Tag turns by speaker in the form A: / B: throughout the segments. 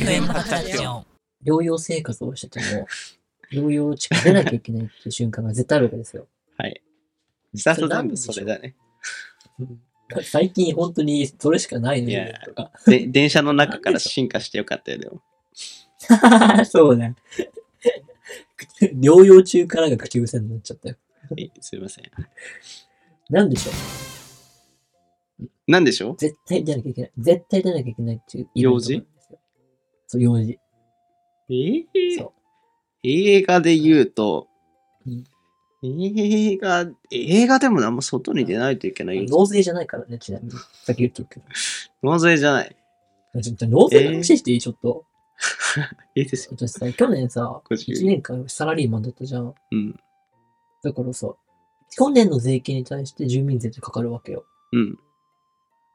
A: の円の話なんですよ。
B: 療養生活をしてても、 療養地から出なきゃいけないっていう瞬間が絶対あるわけですよ。
C: はい。スタート全部それだね。
B: 最近本当にそれしかない
C: い
B: ね
C: や
B: とか。
C: で電車の中から進化してよかったよ、でも。
B: そうね。療養中からが口癖になっちゃったよ。
C: はいすいません。
B: なんでしょう
C: なんでしょう
B: 絶対出なきゃいけない。絶対出なきゃいけないっていうイベントがあるんですよ。そう、用事。
C: え
B: そ
C: ー
B: う、
C: 映画で言うと
B: うん、
C: 映画、映画でもあんま外に出ないといけない。
B: 納税じゃないからね、ちなみに。さっき言っとくけ
C: 納税じゃない。
B: ど。ちょっと納税の話していい、ちょっと。
C: いいですよ。
B: 私さ、去年さ、
C: ご自由に
B: 1年間サラリーマンだったじゃん。
C: うん。
B: だからさ、去年の税金に対して住民税ってかかるわけよ。
C: うん。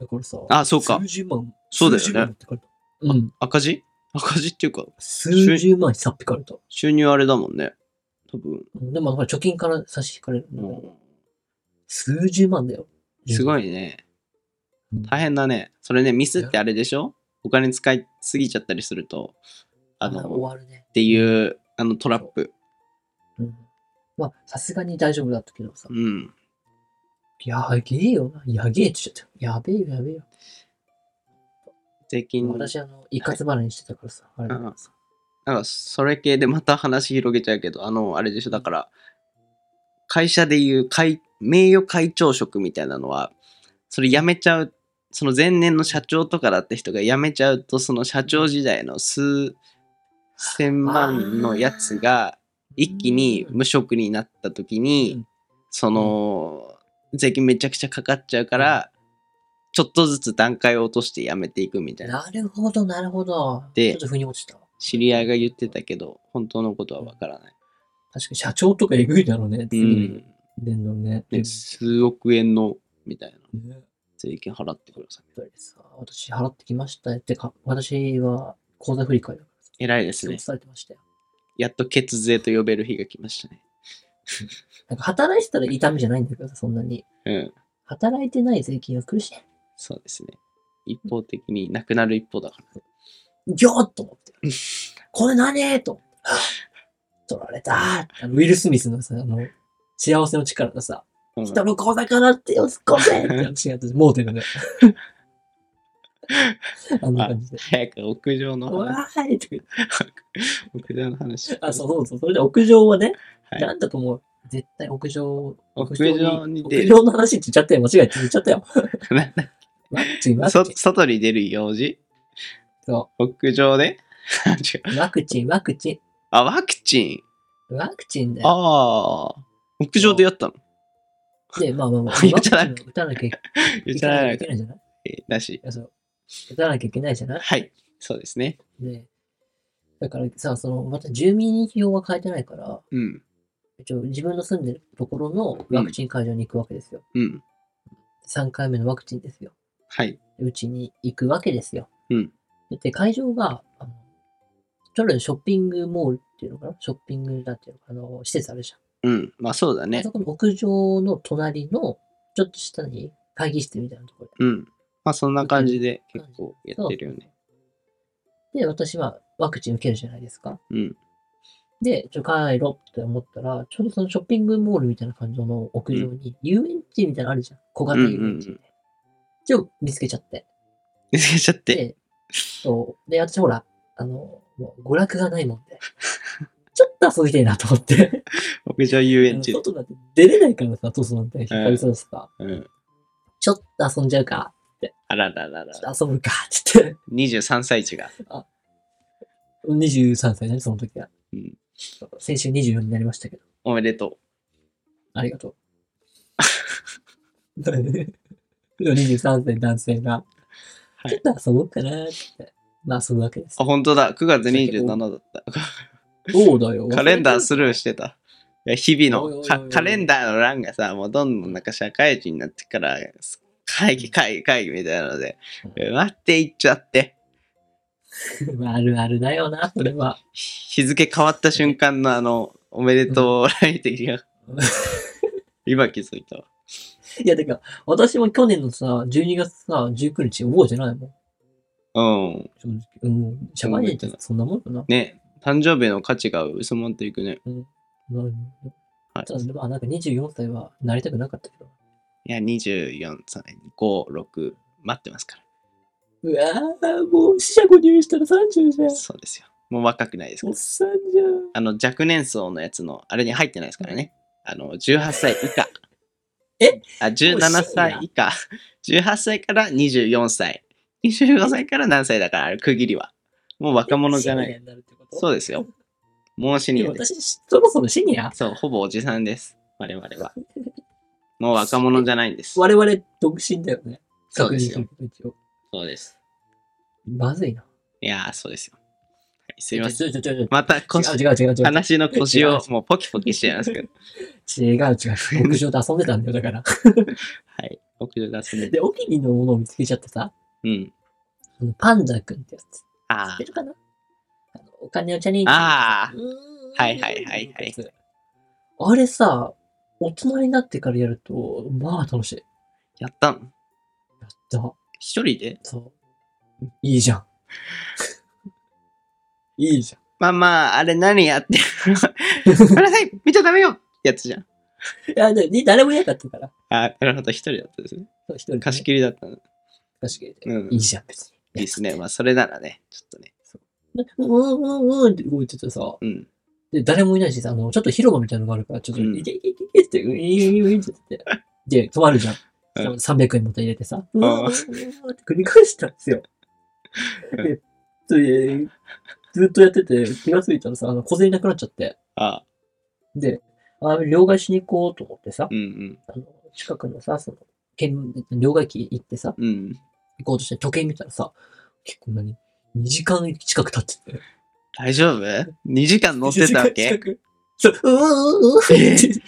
B: だからさ、
C: あそうか
B: 数十万。
C: そうだよね
B: 数十万ってかれた。うん。
C: 赤字赤字っていうか、
B: 数十万差っ引かれた。
C: 収入あれだもんね。多分。
B: うんでも、ほら、貯金から差し引かれるんだけど
C: うん
B: 数十万だよ。
C: すご
B: い。
C: いね。
B: うん
C: 大変だね。それね、ミスってあれでしょお金使いすぎちゃったりすると、あの、
B: 終
C: っ
B: わるね。
C: ていう、あのトラップ。
B: うん。まあ、さすがに大丈夫だったけどさ
C: う。ん。
B: やげえよな。やげえって言っちゃったよ。やべえよ、やべえよ。
C: 税金、なん
B: 私、あの、いかつばらにしてたからさ、あれだからさ。
C: かそれ系でまた話広げちゃうけど、あの、あれでしょだから、会社でいう会、名誉会長職みたいなのは、それ辞めちゃう、その前年の社長とかだった人が辞めちゃうと、その社長時代の数千万のやつが、一気に無職になった時に、
B: うん
C: その、税金めちゃくちゃかかっちゃうから、ちょっとずつ段階を落としてやめていくみたいな
B: なるほど、なるほど。
C: で
B: ちょっと腑に落ちた。
C: 知り合いが言ってたけど本当のことはわからない、
B: 確かに社長とかえぐいだろうね、
C: う
B: 次
C: ん
B: 年度ね。
C: ね、数億円のみたいな
B: ねやっ
C: 税金払ってください
B: ぱりさ、私払ってきましたよってか、私は口座振り替えだからさ、
C: 偉いです
B: 記
C: ね
B: 録されてましたよ。
C: やっと血税と呼べる日が来ましたね
B: なんか働いてたら痛みじゃないんだけどさ、そんなに。
C: うん
B: 働いてない税金は苦しい。
C: そうですね一方的になくなる一方だから
B: ギョーッと思って。これ何と思って。はぁ取られたあのウィル・スミスのさ、あの、幸せの力がさ、
C: うん
B: 人の口座からってよ、突っ込んでって私がやって、もうてる ね。あんな
C: あ
B: 感じで。
C: 早く屋上の話
B: わーいとか言って
C: 屋上の話
B: あ、そうそうそう。それで屋上はね、
C: はい
B: なんだと思う。絶対屋上、
C: 屋上に出
B: 屋
C: る
B: 上の話って言っちゃったよ。間違えて言っちゃったよ。マッチン、ワ
C: そ
B: クチン。
C: 外に出る用事
B: そ
C: 屋上で 違う
B: う。ワクチン、ワクチ
C: あワクチ
B: ン。ワクチンだ
C: ン
B: よ。
C: ああ屋上でやったの
B: で、まあまあまあ、
C: 言
B: ワク
C: っ
B: チ
C: ち
B: ン
C: ゃ
B: を
C: ダ
B: 打
C: メ
B: たなきゃい
C: 言っ
B: い
C: ち
B: け
C: ゃ
B: な
C: ないい
B: じゃないい
C: だし
B: やそう打たなきゃいけないじゃない
C: はいそうですね
B: で、だからさ、その、また住民票は変えてないから、
C: うん
B: 一応自分の住んでるところのワクチン会場に行くわけですよ。
C: うん
B: 3回目のワクチンですよ。
C: はい。
B: うちに行くわけですよ。
C: うん
B: で、会場が、あの、ちょっとショッピングモールっていうのかなショッピングだっていうのかなあの、施設あるじ
C: うん。まあそうだ
B: ゃん。あ
C: ね
B: そ。この屋上の隣の、ちょっと下に会議室みたいなところ
C: うん。まあそんな感じで結構やってるよね。
B: で。で、私はワクチン受けるじゃないですか。
C: うん。
B: で、ちょ、帰ろうって思ったら、ちょうどそのショッピングモールみたいな感じの屋上に、遊園地みたいなのあるじゃん。小型遊園地
C: うんうんう
B: みたいな。ちょ、見つけちゃって。
C: 見つけちゃって。
B: で、そう。で、私ほら、あの、もう娯楽がないもんで、 ちょっと遊びたいなと思って。
C: 屋上遊園地で。
B: 外なんて出れないからさ、トスなんて引っ張りそうですか。
C: うん。
B: ちょっと遊んじゃうか、
C: あらららら。
B: ちょっと遊ぶか、って言って。
C: 23歳児が。
B: 23歳だね、その時は。
C: うん
B: 先週24になりましたけど、
C: おめでと
B: ありが とう。23歳男性が、
C: はい
B: ちょっと遊ぼうかなって、まあ遊ぶわけです
C: う。あ、。本当だ。9月27だった。
B: そうだよ。
C: カレンダースルーしてた。いや日
B: おい
C: 々
B: おいお
C: の
B: い
C: カカレンダーの欄がさ、もうどんどんなんか社会人になってから、会議、会議、会議みたいなので、埋まっていっちゃって、
B: まああるあるだよな、それは。
C: 日付変わった瞬間のあの、おめでとう来的 が
B: うん、
C: 今気づいたわ。
B: いや、だから、私も去年のさ、12月さ、19日覚えてないもん。
C: うん。
B: 正直。うん。社会人ってそんなもんだな。
C: ね、誕生日の価値が薄まっていくね。
B: うん。
C: はい
B: た。だでも、あ、なんか24歳はなりたくなかったけど。
C: いや、24歳、5、6、待ってますか
B: うわぁ、もう四捨五入したら30じゃん
C: ら。。そうですよ。もう若くないですか
B: おっ
C: ら。
B: さんじゃん。
C: あの、若年層のやつの、あれに入ってないですからね。あの、18歳以下。
B: え
C: あ、17歳以下。18歳から24歳。25歳から何歳だから、あれ区切りは。もう若者じゃな
B: シニ
C: い。
B: アになるってこと
C: そうですよ。もうシニアです。
B: 私、そろそろシニア
C: そう、ほぼおじさんです。我 々は。もう若者じゃないんです。
B: 我々、独身だよね。
C: そうですよ。
B: 一応。
C: そうです。
B: まずいな。
C: いやー、そうですよ。はい、すいません。
B: ちょちょちょちょ
C: また腰、
B: 違う違う違う違う。
C: 話の腰をもうポキポキしてますけど。
B: 違う違う。屋上で遊んでたんだよ、だから。
C: はい。屋上出すね。
B: で、お気に入りのものを見つけちゃってさ、
C: うん。
B: あのパンダ君ってやつ。知
C: あ
B: っ
C: あ
B: て。るかなあのお金をチャリン。
C: ああはいはいはいはい
B: あれさ、大人になってからやると、まあ楽しい。
C: やったん
B: やった。
C: 一人で
B: そう。いいじゃん。 いいじゃん。
C: まあまあ、あれ何やってるのご めんなさい見ちゃダメよやつじゃん。
B: いや、でで誰もいなかったから。
C: あなるほど、一人だったんですね。
B: そう一人で
C: 貸し切りだったの。
B: 貸し切りで。
C: うん。
B: いい
C: い
B: じゃん、別に。
C: いですね。まあ、それならね、ちょっとね。
B: うんうんうんって動いててさ、
C: うん。
B: で、誰もいないしさ、あの、ちょっと広場みたいなのがあるから、ちょっと、
C: うん
B: いけいけいけいけって、ういういういって言って。で、止まるじゃん。
C: うん
B: 300円も入れてさ、う
C: ああ
B: わーって繰り返したんですよ。
C: うん
B: で、それでずっとやってて、気がついたらさ、あの、小銭なくなっちゃって。
C: あ
B: で、あ両替しに行こうと思ってさ
C: う、ん
B: あの近くのさ、その、券両替機行ってさ、
C: うん。うん。
B: 行こうとして時計見たらさ、結構何 ?2 時間近く経ってて。
C: 大丈夫 ?2 時間乗ってたわ
B: 近
C: け
B: くそう、うーん、うーん、って、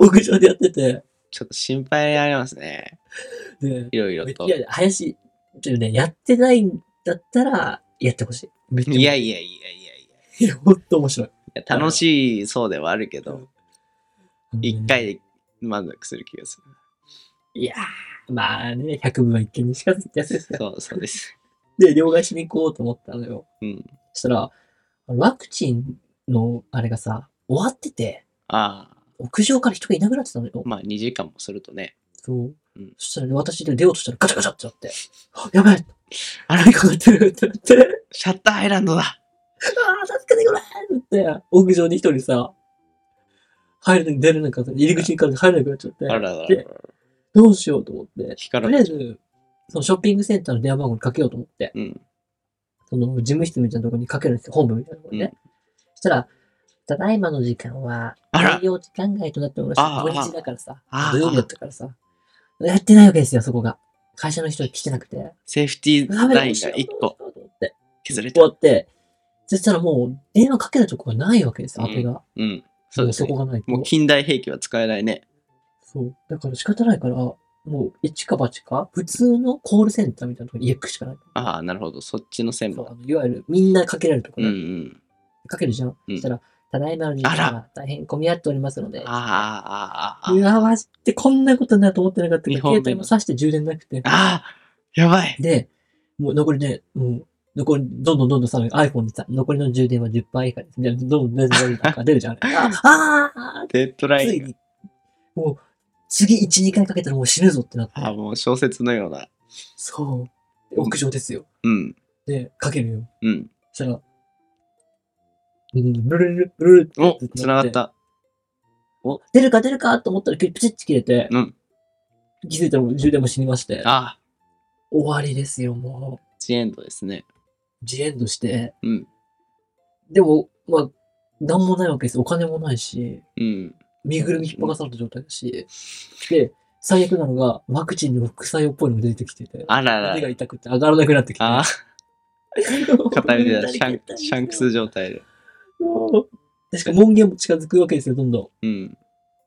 B: 屋上でやってて、
C: ちょっと心配ありますね。
B: で、
C: いろいろと
B: い。や、林、ちょっとね、やってないんだったら、やってほしい。めっちゃ
C: いやいやいやいやい
B: いや、ほんと面白い。
C: や。楽しいそうではあるけ
B: う
C: ど
B: ん、うん
C: 1。回で満足する気がす
B: いやー、まあね、100分は一見にしかずってやつです
C: る。
B: よ。
C: そう、そうです。
B: で、両替しに行こうと思ったのよ。
C: うん。
B: そしたら、ワクチンのあれがさ、終わってて、
C: ああ。
B: 屋上から人がいなくなってたのよ。
C: まあ、2時間もするとね。
B: そう
C: うん。
B: そしたらね、私で出ようとしたらガチャガチャってな って、あやばいあら、かかってるってなって、
C: シャッターアイランドだ
B: ああ、助けてくれってって、屋上に一人さ、入るのに出れなかった。入り口から入れなくなっちゃって、
C: あらららら
B: で。どうしようと思って、
C: 光
B: とりあえず、そのショッピングセンターの電話番号にかけようと思って、
C: うん。
B: その事務室みたいなところにかけるんですよ、本部みたいなところにね。そしたら、ただいまの時間は、
C: あら
B: 営業時間外となっており
C: あ
B: ま
C: あ
B: す。土日だからさ
C: ああ、
B: 土曜日だったからさ、やってないわけですよ、そこが。会社の人来てなくて。
C: セーフティー
B: ダメだ
C: ラインが1個。
B: どうしようどうしようと思って
C: 削れ
B: 終
C: た。
B: わって、そしたらもう電話かけるとこがないわけですよ、
C: うん
B: 当てが。
C: うん。そうです、
B: もそ
C: ね。
B: こがないと。
C: もう近代兵器は使えないね。
B: そう。だから仕方ないから、もう一か八か、普通のコールセンターみたいなとこに行くしかない。
C: ああ、なるほど。そっちの線
B: そうあ
C: も。
B: のいわゆるみんなかけられるとこ
C: うん
B: ろ、
C: うん。
B: かけるじゃん。
C: う
B: そ
C: ん
B: したら、ただいまの時
C: あら
B: 間は大変混み合っておりますので、
C: ああ、ああ、あ
B: う
C: あ。
B: わ、マジでこんなことになると思ってなかったから、
C: 日本
B: 携
C: 面
B: 帯も挿して充電なくて。
C: ああ、やばい。
B: で、もう残りね、もう、残り、どんどんどんどんさ、iPhone でさ、残りの充電は10%以下です。みたいなどんどんどんどんなんか出るじゃん。あれああ
C: デッドラ
B: ーつ
C: イ
B: い
C: ンが。
B: に、もう、次1、2回かけたらもう死ぬぞってなって。
C: ああ、もう小説のような。
B: そう。で屋上ですよ。
C: うん。
B: で、かけるよ。
C: うん。
B: そしたら、うん、ブルルルブルルって
C: お、つながった。
B: 出るか出るかと思ったら急にプチッて切れて、
C: うん
B: 気づいたらもう充電も死にまして、
C: ああ、
B: 終わりですよ、もう。
C: ジエンドですね。
B: ジエンドして。
C: うん。
B: でも、まあ、なんもないわけです。お金もないし、
C: うん。
B: 身ぐるみ引っ張がされた状態だし、で、最悪なのが、ワクチンの副作用っぽいのが出てきてて、
C: あらら
B: 手
C: ら
B: が。痛くて上がらなくなってきて。
C: ああ、片腕 だ。
B: シ
C: シャンシャンクス状態で。
B: 確か門限も近づくわけですよ、どんどん。
C: うん。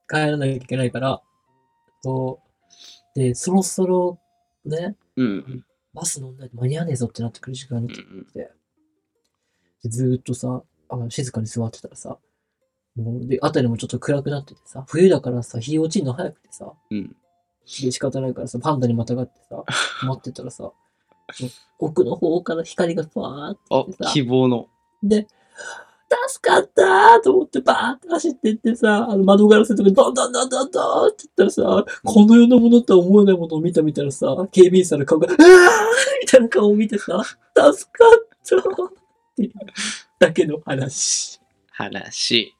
B: 帰らなきゃいけないから。そう。で、そろそろ、ね、
C: うん。
B: バス乗んないと間に合わねえぞってなってくる時間に
C: う
B: で
C: ん。
B: ずーっとさあの、静かに座ってたらさ、もう、で、辺りもちょっと暗くなっててさ、冬だからさ、日落ちんの早くてさ、
C: うん。
B: で、仕方ないからさ、パンダにまたがってさ、待ってたらさ、奥の方から光がファーって
C: あ、希望の。
B: で、助かったーと思ってバーって走ってってさ、あの窓ガラスのとこにどんどんどんどんどんって言ったらさ、この世のものとは思えないものを見たみたいなさ、警備員さんの顔が、うわーみたいな顔を見てさ、助かったーっていうだけの話。
C: 話。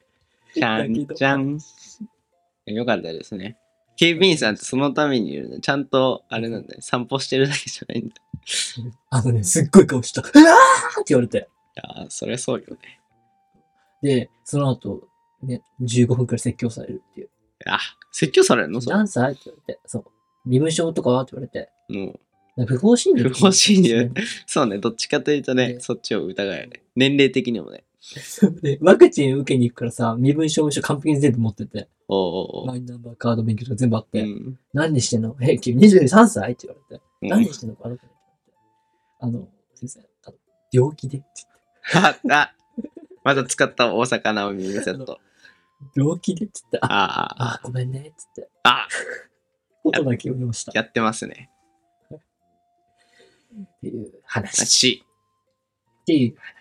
C: じゃ
B: だけ
C: ん
B: ど
C: じゃん。よかったですね。警備員さんってそのためにいるのちゃんと、あれなんだよ。散歩してるだけじゃないんだ。
B: あのね、すっごい顔した。うわーって言われて。
C: いやーそりゃそうよね。
B: で、その後、ね、15分くらい説教されるっていう。
C: あ、説教されるのそれ。
B: 何歳って言われて、そう。身分証とかはって言われて、
C: もう、
B: 不法侵入。
C: 不法侵入
B: ね。
C: そうね。どっちかというとね、
B: ね
C: そっちを疑うよね。年齢的にもね。
B: で、ワクチン受けに行くからさ、身分証明書完璧に全部持ってて、
C: おうおうお
B: マ
C: う。
B: イナンバーカード免許証全部あっ
C: う
B: て、
C: ん。
B: 何してんの え、君23歳って言われて、
C: うん
B: 何してんのかあの子あの、先生、あの病気でって
C: あ、あ、まだ使った大阪なおみみセット。
B: 病気でって言って、あ、
C: あ
B: あ、ごめんねって言って、
C: あ、あ、
B: ことだけ言いました。っ
C: やってますね。
B: ていう話。っ
C: し、
B: ていう話。